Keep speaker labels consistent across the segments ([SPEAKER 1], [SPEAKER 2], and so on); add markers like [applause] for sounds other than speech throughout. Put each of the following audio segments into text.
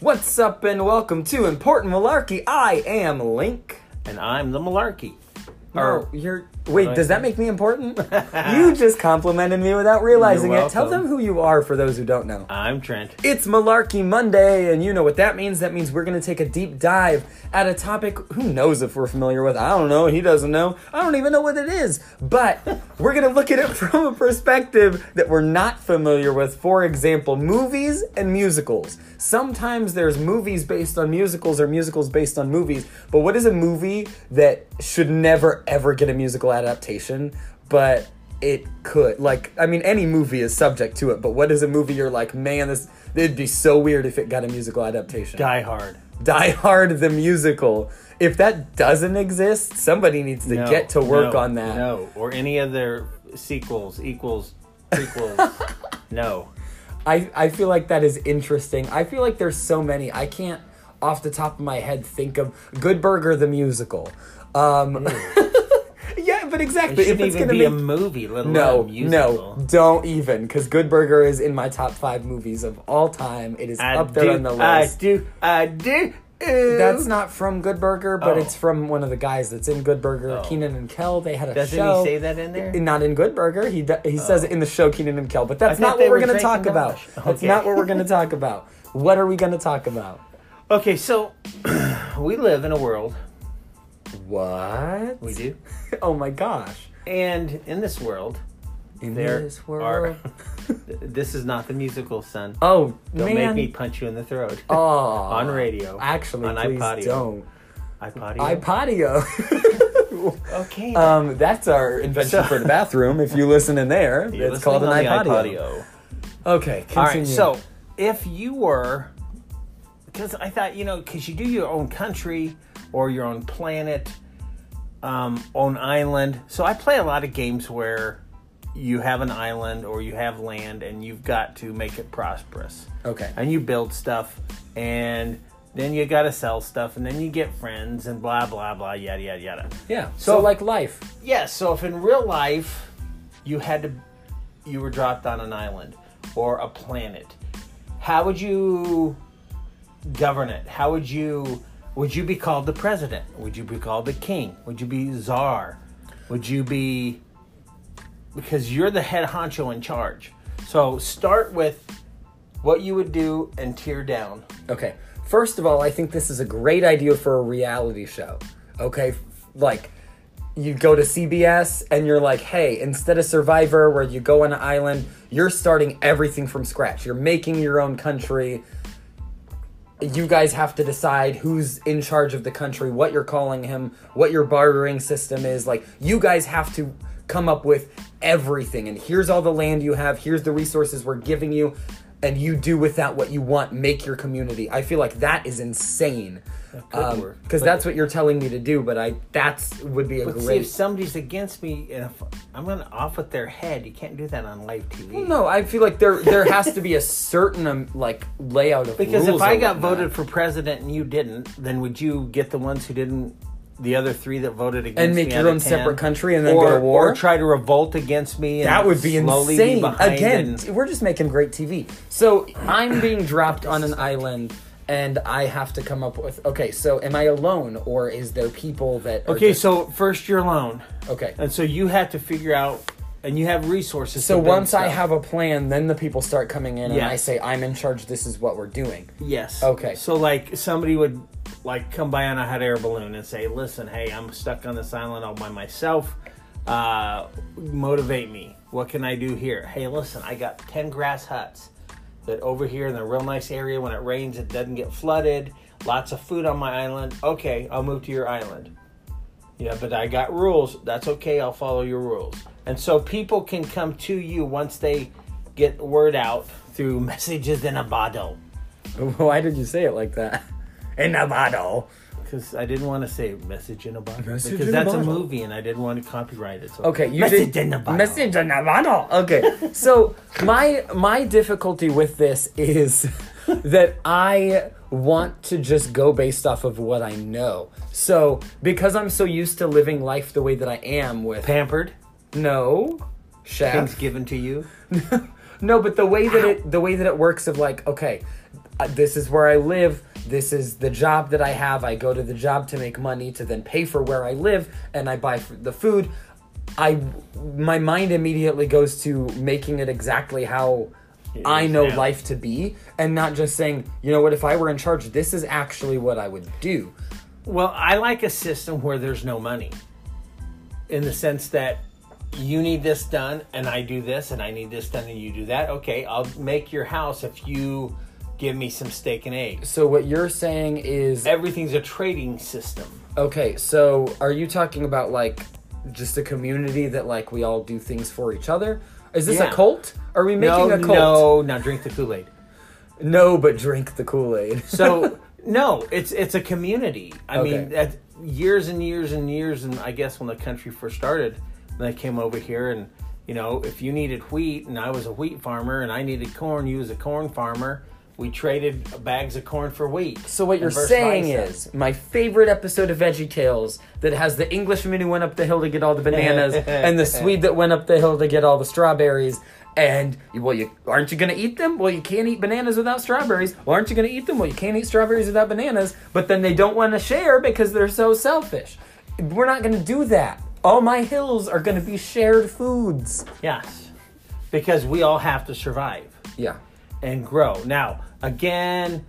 [SPEAKER 1] What's up and welcome to Important Malarkey. I am Link.
[SPEAKER 2] And I'm the malarkey.
[SPEAKER 1] Or you're wait,
[SPEAKER 2] No, I
[SPEAKER 1] does that
[SPEAKER 2] think-
[SPEAKER 1] make me
[SPEAKER 2] [laughs]
[SPEAKER 1] important? you just complimented me without realizing
[SPEAKER 2] You're
[SPEAKER 1] it. Tell them
[SPEAKER 2] welcome.
[SPEAKER 1] who you are for those who don't know.
[SPEAKER 2] I'm Trent.
[SPEAKER 1] It's Malarkey Monday, and you know what that means. That means we're going to take a deep dive at a topic who knows if we're familiar with. I don't know. He doesn't know. I don't even know what it is. But we're going to look at it from a perspective that we're not familiar with. For example, movies and musicals. Sometimes there's movies based on musicals or musicals based on movies. But what is a movie that should never, ever get a musical adaptation? But it could like i mean any movie is subject to it but what is a movie you're like man this it'd be so weird if it got a musical adaptation
[SPEAKER 2] Die Hard.
[SPEAKER 1] Die hard the musical if that doesn't exist somebody needs to
[SPEAKER 2] No,
[SPEAKER 1] get to work
[SPEAKER 2] no,
[SPEAKER 1] on that
[SPEAKER 2] No, or any other sequels, equals, prequels.
[SPEAKER 1] [laughs]
[SPEAKER 2] no.
[SPEAKER 1] I, I feel like that is interesting i feel like there's so many i can't off the top of my head think of good burger the musical um [laughs] yeah but exactly if
[SPEAKER 2] It shouldn't
[SPEAKER 1] it's
[SPEAKER 2] even
[SPEAKER 1] gonna
[SPEAKER 2] be
[SPEAKER 1] be
[SPEAKER 2] a movie, let alone
[SPEAKER 1] no,
[SPEAKER 2] a musical.
[SPEAKER 1] no, don't even, because Good Burger is in my top five movies of all time. It is
[SPEAKER 2] I
[SPEAKER 1] up there
[SPEAKER 2] do,
[SPEAKER 1] on the list.
[SPEAKER 2] I do, I do. ooh.
[SPEAKER 1] That's not from Good Burger, but
[SPEAKER 2] Oh.
[SPEAKER 1] it's from one of the guys that's in Good Burger, Keenan and Kel. They had a
[SPEAKER 2] Doesn't
[SPEAKER 1] show.
[SPEAKER 2] he say that in there?
[SPEAKER 1] Not in Good Burger. He d- he says it in the show Keenan and Kel, but that's
[SPEAKER 2] thought
[SPEAKER 1] not
[SPEAKER 2] they
[SPEAKER 1] what we're
[SPEAKER 2] were
[SPEAKER 1] going to
[SPEAKER 2] drinking
[SPEAKER 1] talk about.
[SPEAKER 2] Dutch.
[SPEAKER 1] That's
[SPEAKER 2] Okay.
[SPEAKER 1] not what we're going to talk about. What are we going to talk about?
[SPEAKER 2] Okay, so [clears throat] we live in a world.
[SPEAKER 1] What?
[SPEAKER 2] We do.
[SPEAKER 1] [laughs] Oh my gosh.
[SPEAKER 2] And in this world,
[SPEAKER 1] In
[SPEAKER 2] there
[SPEAKER 1] this
[SPEAKER 2] are. [laughs]
[SPEAKER 1] world.
[SPEAKER 2] this is not the musical, son.
[SPEAKER 1] Oh,
[SPEAKER 2] Don't
[SPEAKER 1] man.
[SPEAKER 2] make me punch you in the throat.
[SPEAKER 1] oh.
[SPEAKER 2] on radio.
[SPEAKER 1] Actually,
[SPEAKER 2] on
[SPEAKER 1] please
[SPEAKER 2] iPodio.
[SPEAKER 1] don't.
[SPEAKER 2] iPodio.
[SPEAKER 1] iPodio. [laughs]
[SPEAKER 2] Okay.
[SPEAKER 1] um, that's our invention
[SPEAKER 2] So-
[SPEAKER 1] for the bathroom. If you listen in there,
[SPEAKER 2] You're
[SPEAKER 1] it's
[SPEAKER 2] listening
[SPEAKER 1] called an
[SPEAKER 2] on the
[SPEAKER 1] iPodio.
[SPEAKER 2] iPodio.
[SPEAKER 1] Okay,
[SPEAKER 2] All
[SPEAKER 1] continue.
[SPEAKER 2] right. So if you were, because I thought you know, because you do your own country or your own planet, um, own island. So I play a lot of games where you have an island or you have land and you've got to make it prosperous.
[SPEAKER 1] okay.
[SPEAKER 2] and you build stuff and then you gotta sell stuff and then you get friends and blah blah blah yada yada yada
[SPEAKER 1] Yeah. So, like life.
[SPEAKER 2] yeah so if in real life you had to you were dropped on an island or a planet how would you govern it how would you would you be called the president would you be called the king would you be czar would you be because you're the head honcho in charge so start with what you would do and tear down
[SPEAKER 1] Okay. First of all, I think this is a great idea for a reality show. Okay? F- Like you go to CBS and you're like, "Hey, instead of Survivor where you go on an island, you're starting everything from scratch. You're making your own country. You guys have to decide who's in charge of the country, what you're calling him, what your bartering system is. Like you guys have to come up with everything and here's all the land you have, here's the resources we're giving you." And you do with that what you want, make your community. I feel like that is insane. Um,
[SPEAKER 2] could work,
[SPEAKER 1] Because
[SPEAKER 2] but-
[SPEAKER 1] that's what you're telling me to do, but I that's would be a
[SPEAKER 2] But see,
[SPEAKER 1] great
[SPEAKER 2] if somebody's against me, and if I'm gonna off with their head, you can't do that on live TV.
[SPEAKER 1] No, I feel like there there has to be a certain um, like layout of
[SPEAKER 2] Because
[SPEAKER 1] rules
[SPEAKER 2] if I
[SPEAKER 1] or
[SPEAKER 2] got
[SPEAKER 1] whatnot.
[SPEAKER 2] voted for president and you didn't, then would you get the ones who didn't, the other three that voted against me,
[SPEAKER 1] make your
[SPEAKER 2] out of
[SPEAKER 1] own
[SPEAKER 2] 10?
[SPEAKER 1] separate country and then
[SPEAKER 2] or,
[SPEAKER 1] go to war?
[SPEAKER 2] or try to revolt against me? And
[SPEAKER 1] that would be
[SPEAKER 2] slowly
[SPEAKER 1] insane.
[SPEAKER 2] Be behind
[SPEAKER 1] Again,
[SPEAKER 2] and-
[SPEAKER 1] t- we're just making great TV. So I'm being dropped on an island. And I have to come up with okay. So am I alone, or is there people that? are
[SPEAKER 2] okay,
[SPEAKER 1] just-
[SPEAKER 2] so first you're alone,
[SPEAKER 1] okay.
[SPEAKER 2] and so you have to figure out, and you have resources.
[SPEAKER 1] So
[SPEAKER 2] to build
[SPEAKER 1] once I
[SPEAKER 2] stuff.
[SPEAKER 1] have a plan, then the people start coming in, and I
[SPEAKER 2] Yes.
[SPEAKER 1] say I'm in charge. This is what we're doing. [laughs]
[SPEAKER 2] Yes.
[SPEAKER 1] Okay.
[SPEAKER 2] So like somebody would like come by on a hot air balloon and say, "Listen, hey, I'm stuck on this island all by myself. Uh, motivate me. What can I do here? Hey, listen, I got ten grass huts that over here in the real nice area. When it rains, it doesn't get flooded. Lots of food on my island. Okay, I'll move to your island. Yeah, but I got rules. That's okay. I'll follow your rules. And so people can come to you once they get word out through [laughs] messages in a bottle.
[SPEAKER 1] Why did you say it like that? In a bottle.
[SPEAKER 2] Because I didn't want to say message in a bottle.
[SPEAKER 1] Message
[SPEAKER 2] because
[SPEAKER 1] in a
[SPEAKER 2] that's
[SPEAKER 1] bottle.
[SPEAKER 2] a movie and I didn't want to copyright it. So
[SPEAKER 1] Okay, you
[SPEAKER 2] message
[SPEAKER 1] did,
[SPEAKER 2] in a bottle.
[SPEAKER 1] Message in a bottle. Okay, so my my difficulty with this is [laughs] that I want to just go based off of what I know. So because I'm so used to living life the way that I am with
[SPEAKER 2] Pampered.
[SPEAKER 1] no chef,
[SPEAKER 2] Things given to you.
[SPEAKER 1] no, but the way that it the way that it works of like okay. uh, this is where I live. This is the job that I have. I go to the job to make money to then pay for where I live, and I buy f- the food. I my mind immediately goes to making it exactly how I
[SPEAKER 2] is
[SPEAKER 1] know
[SPEAKER 2] now.
[SPEAKER 1] life to be, and not just saying, you know what, if I were in charge, this is actually what I would do.
[SPEAKER 2] Well, I like a system where there's no money in the sense that you need this done and I do this and I need this done and you do that. Okay, I'll make your house if you give me some steak and eggs.
[SPEAKER 1] So what you're saying is
[SPEAKER 2] Everything's a trading system.
[SPEAKER 1] Okay, so are you talking about like just a community that like we all do things for each other? Is this
[SPEAKER 2] Yeah.
[SPEAKER 1] a cult? Are we making
[SPEAKER 2] no,
[SPEAKER 1] a cult?
[SPEAKER 2] no, now drink the Kool Aid.
[SPEAKER 1] No, but drink the Kool [laughs] Aid.
[SPEAKER 2] So no, it's it's a community. I
[SPEAKER 1] Okay.
[SPEAKER 2] mean, that years and years and years, and I guess when the country first started, and I came over here, and you know, if you needed wheat, and I was a wheat farmer, and I needed corn, you was a corn farmer. We traded bags of corn for wheat.
[SPEAKER 1] So what you're
[SPEAKER 2] and vice
[SPEAKER 1] saying
[SPEAKER 2] versa.
[SPEAKER 1] is my favorite episode of Veggie Tales that has the Englishman who went up the hill to get all the
[SPEAKER 2] [laughs]
[SPEAKER 1] bananas and the Swede that went up the hill to get all the strawberries. And well, you aren't you gonna eat them? Well, you can't eat bananas without strawberries. Well, aren't you gonna eat them? Well, you can't eat strawberries without bananas. But then they don't want to share because they're so selfish. We're not gonna do that. All my hills are gonna be shared foods.
[SPEAKER 2] yes, because we all have to survive.
[SPEAKER 1] Yeah.
[SPEAKER 2] and grow. Now, again,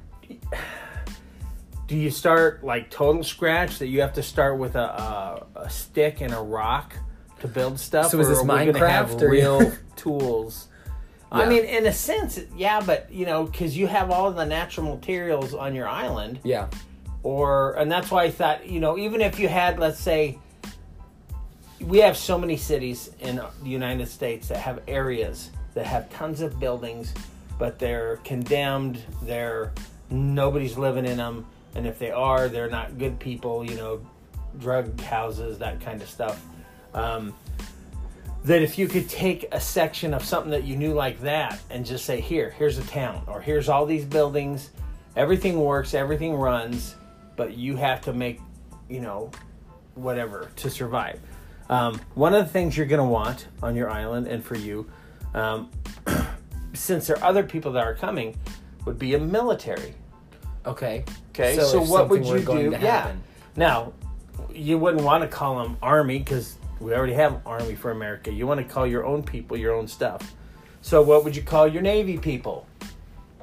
[SPEAKER 2] do you start like total scratch that you have to start with a, a, a stick and a rock to build stuff?
[SPEAKER 1] So is this
[SPEAKER 2] are we gonna have
[SPEAKER 1] Minecraft or-
[SPEAKER 2] real [laughs] tools?
[SPEAKER 1] Yeah.
[SPEAKER 2] I mean, in a sense, yeah, but you know, because you have all the natural materials on your island,
[SPEAKER 1] Yeah.
[SPEAKER 2] or and that's why I thought you know even if you had let's say we have so many cities in the United States that have areas that have tons of buildings but they're condemned they're nobody's living in them and if they are they're not good people you know drug houses that kind of stuff um, that if you could take a section of something that you knew like that and just say here here's a town or here's all these buildings everything works everything runs but you have to make you know whatever to survive um, one of the things you're going to want on your island and for you um, [clears throat] since there are other people that are coming would be a military
[SPEAKER 1] Okay.
[SPEAKER 2] Okay, so,
[SPEAKER 1] if
[SPEAKER 2] what would
[SPEAKER 1] something were
[SPEAKER 2] you
[SPEAKER 1] going
[SPEAKER 2] do?
[SPEAKER 1] to
[SPEAKER 2] Yeah.
[SPEAKER 1] happen-
[SPEAKER 2] Now, you wouldn't want to call them army because we already have army for America. You want to call your own people your own stuff. So what would you call your navy people?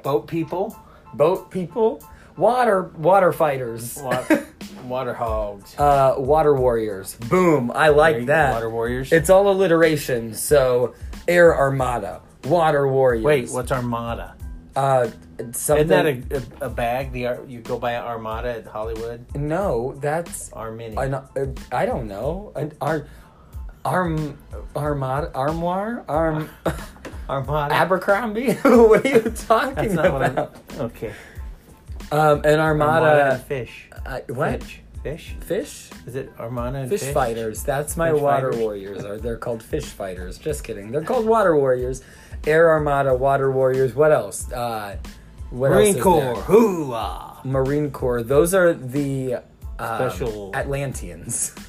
[SPEAKER 2] Boat people?
[SPEAKER 1] Boat people, water water fighters. [laughs]
[SPEAKER 2] Water, water hogs.
[SPEAKER 1] Uh, water warriors. Boom! I like
[SPEAKER 2] you go,
[SPEAKER 1] that.
[SPEAKER 2] water warriors.
[SPEAKER 1] It's all alliteration. So, air armada, water warriors.
[SPEAKER 2] Wait, what's armada?
[SPEAKER 1] Uh, something.
[SPEAKER 2] Isn't that a, a, a bag? The ar- you go buy an armada at Hollywood?
[SPEAKER 1] no? That's
[SPEAKER 2] Armini.
[SPEAKER 1] an, uh, I don't know. An ar, arm armada armoire arm [laughs]
[SPEAKER 2] Armada.
[SPEAKER 1] Abercrombie. [laughs] what are you talking
[SPEAKER 2] That's not what
[SPEAKER 1] about?
[SPEAKER 2] I. Okay.
[SPEAKER 1] um, an
[SPEAKER 2] Armada and
[SPEAKER 1] armada.
[SPEAKER 2] fish.
[SPEAKER 1] I- what?
[SPEAKER 2] Fish. Fish?
[SPEAKER 1] Fish?
[SPEAKER 2] Is it Armada and
[SPEAKER 1] Fish,
[SPEAKER 2] fish?
[SPEAKER 1] fighters. That's my
[SPEAKER 2] Fish
[SPEAKER 1] water
[SPEAKER 2] fighters.
[SPEAKER 1] warriors. Are they're called
[SPEAKER 2] [laughs]
[SPEAKER 1] fish fighters? Just kidding. They're called water warriors. Air Armada, water warriors. What else? Uh, what else
[SPEAKER 2] Marine
[SPEAKER 1] is
[SPEAKER 2] Corps.
[SPEAKER 1] there?
[SPEAKER 2] Hoo-ah.
[SPEAKER 1] Marine Corps. Those are the um,
[SPEAKER 2] Special-
[SPEAKER 1] Atlanteans. [laughs]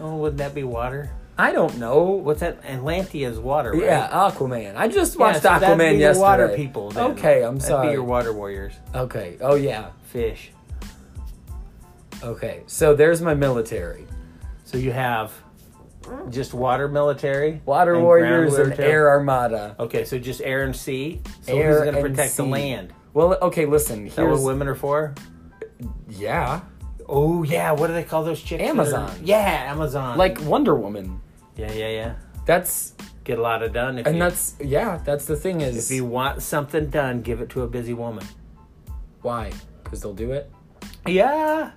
[SPEAKER 2] Oh, wouldn't that be water?
[SPEAKER 1] I don't know.
[SPEAKER 2] What's that? Atlantea's water, right?
[SPEAKER 1] Yeah, Aquaman. I just
[SPEAKER 2] Yeah,
[SPEAKER 1] watched
[SPEAKER 2] so that'd be
[SPEAKER 1] Aquaman
[SPEAKER 2] your
[SPEAKER 1] yesterday.
[SPEAKER 2] water people. then.
[SPEAKER 1] Okay, I'm
[SPEAKER 2] that'd
[SPEAKER 1] sorry.
[SPEAKER 2] Be your water warriors.
[SPEAKER 1] okay. Oh yeah.
[SPEAKER 2] Fish.
[SPEAKER 1] Okay. So there's my military.
[SPEAKER 2] So you have just water military,
[SPEAKER 1] Water
[SPEAKER 2] and
[SPEAKER 1] warriors
[SPEAKER 2] ground
[SPEAKER 1] and air armada.
[SPEAKER 2] Okay, so just air and sea. So
[SPEAKER 1] Air
[SPEAKER 2] who's going to
[SPEAKER 1] and
[SPEAKER 2] protect the
[SPEAKER 1] sea.
[SPEAKER 2] land?
[SPEAKER 1] Well, okay. Listen.
[SPEAKER 2] Is that what
[SPEAKER 1] Here's
[SPEAKER 2] women are for?
[SPEAKER 1] yeah.
[SPEAKER 2] Oh yeah, what do they call those chicks? that are-
[SPEAKER 1] Amazon.
[SPEAKER 2] yeah, Amazon.
[SPEAKER 1] Like Wonder Woman.
[SPEAKER 2] yeah, yeah, yeah.
[SPEAKER 1] That's
[SPEAKER 2] Get a lot of done. If
[SPEAKER 1] And
[SPEAKER 2] you,
[SPEAKER 1] that's yeah, that's the thing is
[SPEAKER 2] if you want something done, give it to a busy woman.
[SPEAKER 1] why? Because they'll do it.
[SPEAKER 2] Yeah.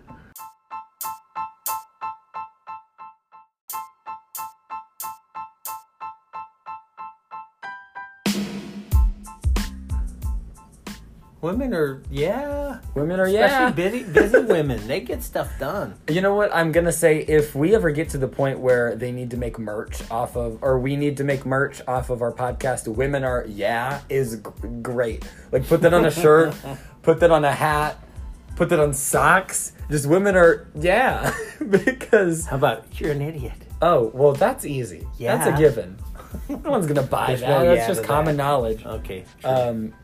[SPEAKER 2] Women are yeah,
[SPEAKER 1] Women are yeah.
[SPEAKER 2] especially busy busy [laughs] women. They get stuff done.
[SPEAKER 1] You know what? I'm gonna say if we ever get to the point where they need to make merch off of, or we need to make merch off of our podcast, women are yeah is g- great. Like put that on a shirt,
[SPEAKER 2] [laughs]
[SPEAKER 1] put that on a hat, put that on socks. Just women are yeah [laughs] because
[SPEAKER 2] How about you're an idiot?
[SPEAKER 1] oh well that's easy. That's
[SPEAKER 2] Yeah.
[SPEAKER 1] a given. No one's gonna buy
[SPEAKER 2] There's
[SPEAKER 1] that.
[SPEAKER 2] no
[SPEAKER 1] that's
[SPEAKER 2] yeah
[SPEAKER 1] just
[SPEAKER 2] to
[SPEAKER 1] common
[SPEAKER 2] that.
[SPEAKER 1] knowledge.
[SPEAKER 2] Okay.
[SPEAKER 1] Um, [laughs]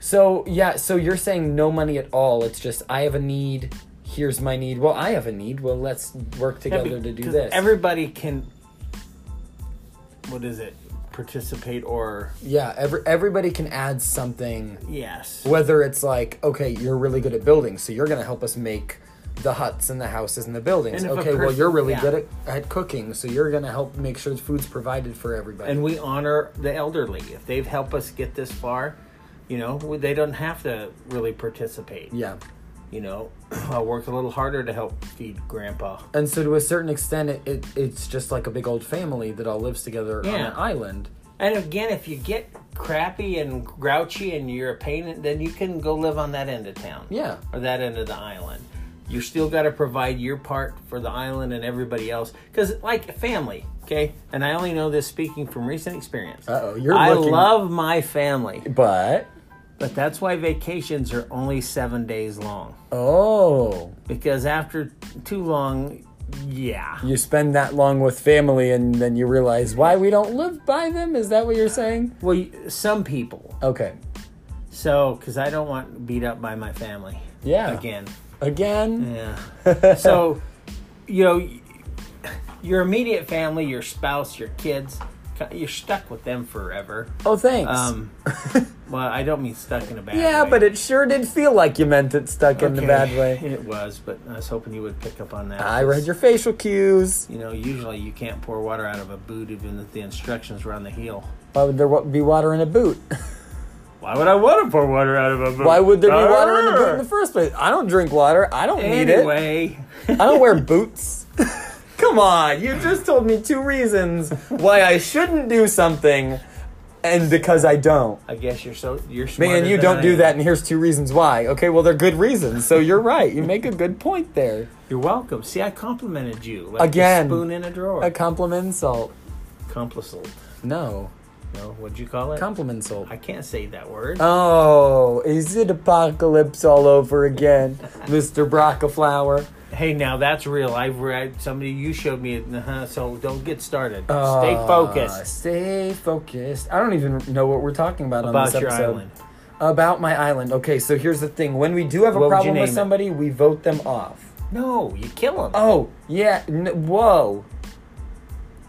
[SPEAKER 1] So yeah, so you're saying no money at all. It's just I have a need. Here's my need. Well, I have a need. Well, let's work
[SPEAKER 2] Yeah,
[SPEAKER 1] together to do
[SPEAKER 2] because
[SPEAKER 1] this.
[SPEAKER 2] Everybody can. What is it? Participate or
[SPEAKER 1] yeah, every, everybody can add something.
[SPEAKER 2] yes.
[SPEAKER 1] Whether it's like, okay, you're really good at building, so you're gonna help us make the huts and the houses and the buildings.
[SPEAKER 2] And if a
[SPEAKER 1] okay, well
[SPEAKER 2] person-
[SPEAKER 1] you're really
[SPEAKER 2] yeah.
[SPEAKER 1] good at, at cooking, so you're gonna help make sure the food's provided for everybody.
[SPEAKER 2] and we honor the elderly if they've helped us get this far you know we- they don't have to really participate
[SPEAKER 1] yeah.
[SPEAKER 2] you know [clears throat] i'll work a little harder to help feed grandpa
[SPEAKER 1] And so, to a certain extent, it, it it's just like a big old family that all lives together on
[SPEAKER 2] Yeah.
[SPEAKER 1] an island.
[SPEAKER 2] and again if you get crappy and grouchy and you're a pain then you can go live on that end of town
[SPEAKER 1] Yeah.
[SPEAKER 2] or that end of the island you still got to provide your part for the island and everybody else because like family okay and i only know this speaking from recent experience
[SPEAKER 1] Uh-oh, you're
[SPEAKER 2] i
[SPEAKER 1] looking-
[SPEAKER 2] love my family
[SPEAKER 1] But
[SPEAKER 2] But that's why vacations are only seven days long.
[SPEAKER 1] oh,
[SPEAKER 2] Because after too long, yeah.
[SPEAKER 1] you spend that long with family, and then you realize why we don't live by them. Is that what you're saying?
[SPEAKER 2] Well, y- some people.
[SPEAKER 1] Okay.
[SPEAKER 2] So, because I don't want beat up by my family.
[SPEAKER 1] Yeah.
[SPEAKER 2] Again.
[SPEAKER 1] Again.
[SPEAKER 2] Yeah. Mm.
[SPEAKER 1] [laughs]
[SPEAKER 2] so, you know, y- your immediate family, your spouse, your kids, ki- you're stuck with them forever.
[SPEAKER 1] Oh, thanks.
[SPEAKER 2] Um, well, I don't mean stuck in a
[SPEAKER 1] [laughs]
[SPEAKER 2] bad
[SPEAKER 1] yeah,
[SPEAKER 2] way.
[SPEAKER 1] but it sure did feel like you meant it stuck in the
[SPEAKER 2] Okay.
[SPEAKER 1] bad way.
[SPEAKER 2] It was, but I was hoping you would pick up on that.
[SPEAKER 1] I read your facial cues.
[SPEAKER 2] You know, usually you can't pour water out of a boot even if the instructions were on the heel.
[SPEAKER 1] Why would there wa- be water in a boot? [laughs]
[SPEAKER 2] Why would I want to pour water out of a boot?
[SPEAKER 1] Why would there be water in a boot in the first place? I don't drink water. I don't need it.
[SPEAKER 2] Anyway, [laughs]
[SPEAKER 1] I don't wear boots. [laughs] Come on, you just told me two reasons why I shouldn't do something and because I don't.
[SPEAKER 2] I guess you're so you're smarter
[SPEAKER 1] Man, you
[SPEAKER 2] than
[SPEAKER 1] don't
[SPEAKER 2] I
[SPEAKER 1] do
[SPEAKER 2] am.
[SPEAKER 1] that and here's two reasons why. Okay, well they're good reasons. So you're right. You make a good point there.
[SPEAKER 2] You're welcome. See, I complimented you like a
[SPEAKER 1] Again.
[SPEAKER 2] spoon in a drawer.
[SPEAKER 1] A compliment insult.
[SPEAKER 2] Complicit.
[SPEAKER 1] No.
[SPEAKER 2] No, what'd you call it?
[SPEAKER 1] Compliment insult.
[SPEAKER 2] I can't say that
[SPEAKER 1] Uh-
[SPEAKER 2] word.
[SPEAKER 1] Oh, is it apocalypse all over again, Mr. Brockaflower?
[SPEAKER 2] hey, now that's real. I've read somebody you showed me. Uh-huh, so don't get started. Stay
[SPEAKER 1] Ah,
[SPEAKER 2] focused
[SPEAKER 1] Stay focused. I don't even know what we're talking about, on
[SPEAKER 2] about
[SPEAKER 1] this
[SPEAKER 2] your
[SPEAKER 1] episode.
[SPEAKER 2] island.
[SPEAKER 1] About my island. Okay, so here's the thing. When we do have a
[SPEAKER 2] What would you
[SPEAKER 1] problem
[SPEAKER 2] name
[SPEAKER 1] with
[SPEAKER 2] it?
[SPEAKER 1] somebody, we vote them off.
[SPEAKER 2] No, you kill him.
[SPEAKER 1] Oh, yeah. N- whoa.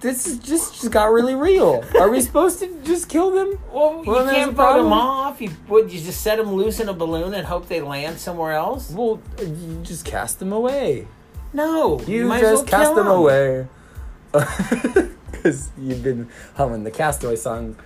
[SPEAKER 1] This is just, just got really real. Are we supposed to just kill them?
[SPEAKER 2] Well,
[SPEAKER 1] Well,
[SPEAKER 2] you
[SPEAKER 1] there's
[SPEAKER 2] can't
[SPEAKER 1] a
[SPEAKER 2] vote them
[SPEAKER 1] problem.
[SPEAKER 2] off. You would you just set them loose in a balloon and hope they land somewhere else?
[SPEAKER 1] Well, uh, you just cast them away.
[SPEAKER 2] No,
[SPEAKER 1] You,
[SPEAKER 2] might as
[SPEAKER 1] just
[SPEAKER 2] well
[SPEAKER 1] cast
[SPEAKER 2] kill
[SPEAKER 1] them
[SPEAKER 2] 'em.
[SPEAKER 1] away. [laughs] Because you've been humming the Castaway song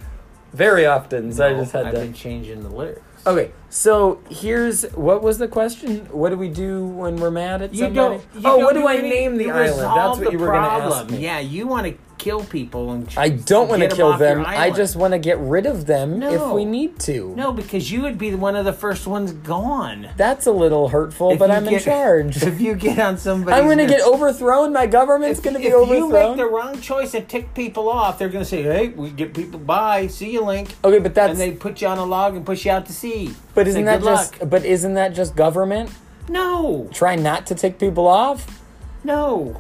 [SPEAKER 1] very often, so I
[SPEAKER 2] No,
[SPEAKER 1] just had
[SPEAKER 2] I've
[SPEAKER 1] to.
[SPEAKER 2] been changing the lyrics.
[SPEAKER 1] Okay, so here's what was the question? What do we do when we're mad at
[SPEAKER 2] You
[SPEAKER 1] somebody?
[SPEAKER 2] don't. You
[SPEAKER 1] oh,
[SPEAKER 2] don't
[SPEAKER 1] what do, I
[SPEAKER 2] any-
[SPEAKER 1] name the
[SPEAKER 2] you
[SPEAKER 1] island? That's
[SPEAKER 2] resolve
[SPEAKER 1] what
[SPEAKER 2] the
[SPEAKER 1] you were going to ask
[SPEAKER 2] problem.
[SPEAKER 1] me.
[SPEAKER 2] Yeah, you want to kill people and
[SPEAKER 1] I don't want to
[SPEAKER 2] get 'em
[SPEAKER 1] kill
[SPEAKER 2] off your
[SPEAKER 1] them. I
[SPEAKER 2] island.
[SPEAKER 1] just want to get rid of them if
[SPEAKER 2] No.
[SPEAKER 1] we need to.
[SPEAKER 2] no, because you would be the- one of the first ones gone.
[SPEAKER 1] That's a little hurtful,
[SPEAKER 2] If
[SPEAKER 1] but
[SPEAKER 2] you
[SPEAKER 1] I'm in
[SPEAKER 2] get-
[SPEAKER 1] charge.
[SPEAKER 2] [laughs] If you get on somebody,
[SPEAKER 1] I'm going to get overthrown. My government's going to be
[SPEAKER 2] if you
[SPEAKER 1] overthrown.
[SPEAKER 2] make the wrong choice and tick people off, they're going to say, "Hey, we get people. Bye, see you, Link."
[SPEAKER 1] okay, but that's
[SPEAKER 2] and they put you on a log and push you out to sea.
[SPEAKER 1] but
[SPEAKER 2] Say,
[SPEAKER 1] isn't that
[SPEAKER 2] "Good
[SPEAKER 1] just
[SPEAKER 2] luck."
[SPEAKER 1] but isn't that just government
[SPEAKER 2] no,
[SPEAKER 1] try not to tick people off?
[SPEAKER 2] no?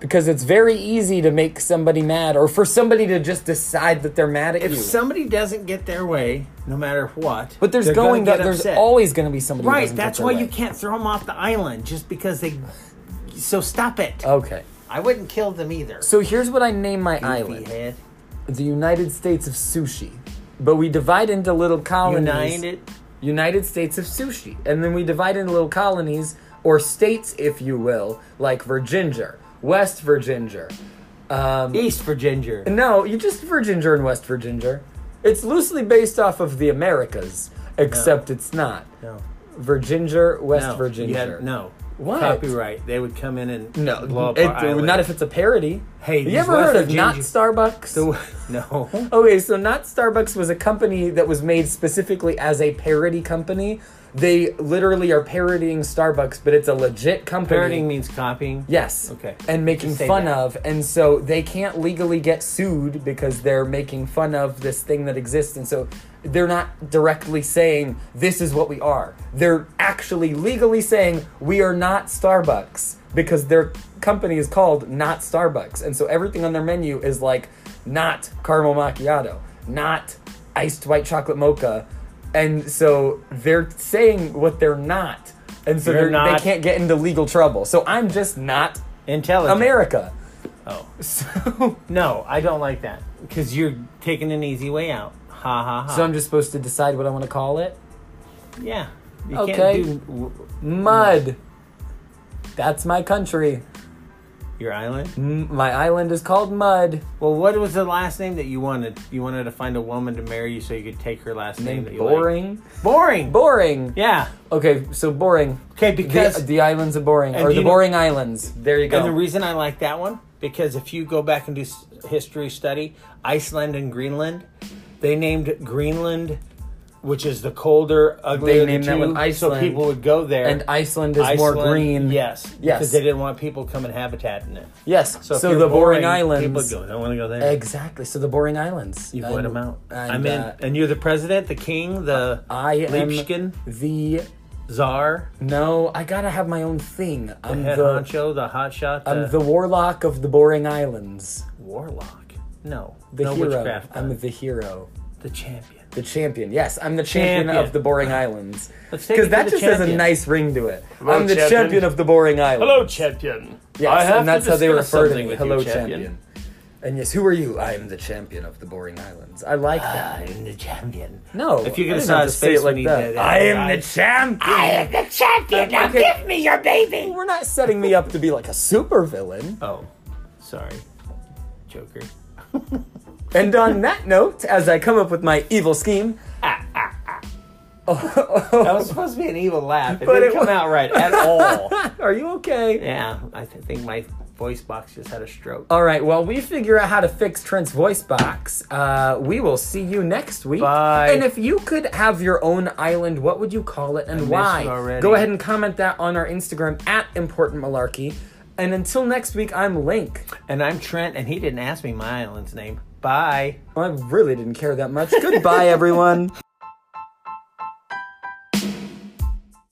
[SPEAKER 1] Because it's very easy to make somebody mad or for somebody to just decide that they're mad at
[SPEAKER 2] If
[SPEAKER 1] you.
[SPEAKER 2] somebody doesn't get their way, no matter what,
[SPEAKER 1] But there's
[SPEAKER 2] they're gonna
[SPEAKER 1] going to,
[SPEAKER 2] get
[SPEAKER 1] there's
[SPEAKER 2] upset.
[SPEAKER 1] always going to be somebody. who
[SPEAKER 2] right.
[SPEAKER 1] doesn't get
[SPEAKER 2] That's
[SPEAKER 1] their
[SPEAKER 2] why
[SPEAKER 1] way.
[SPEAKER 2] you can't throw them off the island just because they. So stop it.
[SPEAKER 1] Okay,
[SPEAKER 2] I wouldn't kill them either.
[SPEAKER 1] so here's what I name my
[SPEAKER 2] Goofy
[SPEAKER 1] island:
[SPEAKER 2] head.
[SPEAKER 1] the United States of Sushi. But we divide into little colonies.
[SPEAKER 2] United.
[SPEAKER 1] United States of Sushi, and then we divide into little colonies or states, if you will, like Virginia, West Virginia. Um,
[SPEAKER 2] East for ginger.
[SPEAKER 1] no, you just Virginia and West Virginia. It's loosely based off of the Americas, except it's not.
[SPEAKER 2] No.
[SPEAKER 1] Virginia, West
[SPEAKER 2] No.
[SPEAKER 1] Virginia.
[SPEAKER 2] You had- no.
[SPEAKER 1] What?
[SPEAKER 2] Copyright. They would come in and
[SPEAKER 1] No,
[SPEAKER 2] blow up
[SPEAKER 1] it-
[SPEAKER 2] our island.
[SPEAKER 1] not if it's a parody.
[SPEAKER 2] Hey,
[SPEAKER 1] you
[SPEAKER 2] these
[SPEAKER 1] ever
[SPEAKER 2] West
[SPEAKER 1] heard of
[SPEAKER 2] Virginia-
[SPEAKER 1] Not Starbucks?
[SPEAKER 2] [laughs] no.
[SPEAKER 1] [laughs] okay, so Not Starbucks was a company that was made specifically as a parody company. They literally are parodying Starbucks, but it's a legit company.
[SPEAKER 2] Parroting means copying.
[SPEAKER 1] Yes.
[SPEAKER 2] Okay.
[SPEAKER 1] And making
[SPEAKER 2] Just say
[SPEAKER 1] fun
[SPEAKER 2] that.
[SPEAKER 1] of, and so they can't legally get sued because they're making fun of this thing that exists, and so they're not directly saying this is what we are. They're actually legally saying we are not Starbucks because their company is called Not Starbucks, and so everything on their menu is like not caramel macchiato, not iced white chocolate mocha, and so they're saying what they're not, and so
[SPEAKER 2] You're
[SPEAKER 1] they're,
[SPEAKER 2] not-
[SPEAKER 1] they can't get into legal trouble. So I'm just not
[SPEAKER 2] Intelligent.
[SPEAKER 1] America.
[SPEAKER 2] Oh.
[SPEAKER 1] So,
[SPEAKER 2] No, I don't like that. Because you're taking an easy way out. Ha ha
[SPEAKER 1] [laughs]
[SPEAKER 2] ha.
[SPEAKER 1] so I'm just supposed to decide what I want to call it.
[SPEAKER 2] yeah. You
[SPEAKER 1] Okay.
[SPEAKER 2] can't do
[SPEAKER 1] Mud. That's my country.
[SPEAKER 2] your island.
[SPEAKER 1] M- my island is called Mud.
[SPEAKER 2] Well, what was the last name that you wanted? You wanted to find a woman to marry you so you could take her last name. that you
[SPEAKER 1] boring.
[SPEAKER 2] like. Boring.
[SPEAKER 1] Boring.
[SPEAKER 2] yeah.
[SPEAKER 1] Okay, so boring.
[SPEAKER 2] Okay,
[SPEAKER 1] The,
[SPEAKER 2] because
[SPEAKER 1] the islands of boring,
[SPEAKER 2] And
[SPEAKER 1] or
[SPEAKER 2] do
[SPEAKER 1] the
[SPEAKER 2] you know-
[SPEAKER 1] boring islands. There you go.
[SPEAKER 2] and the reason I like that one because if you go back and do s- history study, Iceland and Greenland, they named Greenland, which is the colder, uglier.
[SPEAKER 1] They
[SPEAKER 2] of the
[SPEAKER 1] named that
[SPEAKER 2] two,
[SPEAKER 1] one Iceland.
[SPEAKER 2] so people would go there.
[SPEAKER 1] and Iceland is more
[SPEAKER 2] Iceland,
[SPEAKER 1] green.
[SPEAKER 2] Yes.
[SPEAKER 1] Yes.
[SPEAKER 2] Because they didn't want people coming habitating it.
[SPEAKER 1] Yes. So,
[SPEAKER 2] if you're
[SPEAKER 1] the boring,
[SPEAKER 2] People
[SPEAKER 1] islands.
[SPEAKER 2] go, don't want to go there.
[SPEAKER 1] Exactly. So the boring islands.
[SPEAKER 2] You void
[SPEAKER 1] And-
[SPEAKER 2] them out.
[SPEAKER 1] and,
[SPEAKER 2] I mean,
[SPEAKER 1] uh,
[SPEAKER 2] and you're the president, the king, the
[SPEAKER 1] I am
[SPEAKER 2] Liebskin,
[SPEAKER 1] the
[SPEAKER 2] czar,
[SPEAKER 1] no. I gotta have my own thing. I'm
[SPEAKER 2] head
[SPEAKER 1] the
[SPEAKER 2] honcho, the hotshot, the,
[SPEAKER 1] I'm the warlock of the boring islands.
[SPEAKER 2] warlock. No,
[SPEAKER 1] The
[SPEAKER 2] no
[SPEAKER 1] hero.
[SPEAKER 2] witchcraft.
[SPEAKER 1] I'm the hero.
[SPEAKER 2] the champion.
[SPEAKER 1] The champion. Yes, I'm the champion,
[SPEAKER 2] Champion.
[SPEAKER 1] of the boring islands.
[SPEAKER 2] [laughs] Let's take it
[SPEAKER 1] Because
[SPEAKER 2] to
[SPEAKER 1] that
[SPEAKER 2] the
[SPEAKER 1] just has a
[SPEAKER 2] champion.
[SPEAKER 1] nice ring to it.
[SPEAKER 3] Hello,
[SPEAKER 1] I'm the champion.
[SPEAKER 3] champion.
[SPEAKER 1] of the boring islands.
[SPEAKER 3] champion.
[SPEAKER 1] Yes, and that's how they
[SPEAKER 3] discuss
[SPEAKER 1] refer to
[SPEAKER 3] something
[SPEAKER 1] me.
[SPEAKER 3] with
[SPEAKER 1] Hello,
[SPEAKER 3] you,
[SPEAKER 1] champion. And yes, who are you? I am the champion of the boring islands. I like that.
[SPEAKER 2] I'm the champion.
[SPEAKER 1] No,
[SPEAKER 2] Ah, If you
[SPEAKER 1] I didn't
[SPEAKER 2] could have saw
[SPEAKER 1] have to
[SPEAKER 2] his
[SPEAKER 1] say
[SPEAKER 2] face
[SPEAKER 1] it
[SPEAKER 2] when
[SPEAKER 1] like
[SPEAKER 2] he
[SPEAKER 1] that.
[SPEAKER 2] did it.
[SPEAKER 1] I am the
[SPEAKER 3] champion. I am the champion. Now
[SPEAKER 1] Okay.
[SPEAKER 3] give me your baby.
[SPEAKER 1] We're not setting me up to be like a super villain.
[SPEAKER 2] Oh, sorry,
[SPEAKER 1] [laughs]
[SPEAKER 2] Joker.
[SPEAKER 1] And on that note, as I come up with my evil scheme,
[SPEAKER 2] That was supposed to be an evil laugh. It
[SPEAKER 1] But
[SPEAKER 2] didn't
[SPEAKER 1] it
[SPEAKER 2] come
[SPEAKER 1] wa-
[SPEAKER 2] out right
[SPEAKER 1] [laughs]
[SPEAKER 2] at all.
[SPEAKER 1] are you okay?
[SPEAKER 2] yeah, I th- think my voice box just had a stroke.
[SPEAKER 1] All right, well, we figure out how to fix Trent's voice box. Uh, we will see you next week.
[SPEAKER 2] Bye.
[SPEAKER 1] And if you could have your own island, what would you call it and why?
[SPEAKER 2] you already.
[SPEAKER 1] Go ahead and comment that on our Instagram at Important Malarkey. And until next week, I'm Link.
[SPEAKER 2] And I'm Trent, and he didn't ask me my island's name. Bye. [laughs]
[SPEAKER 1] I really didn't care that much. Goodbye, everyone.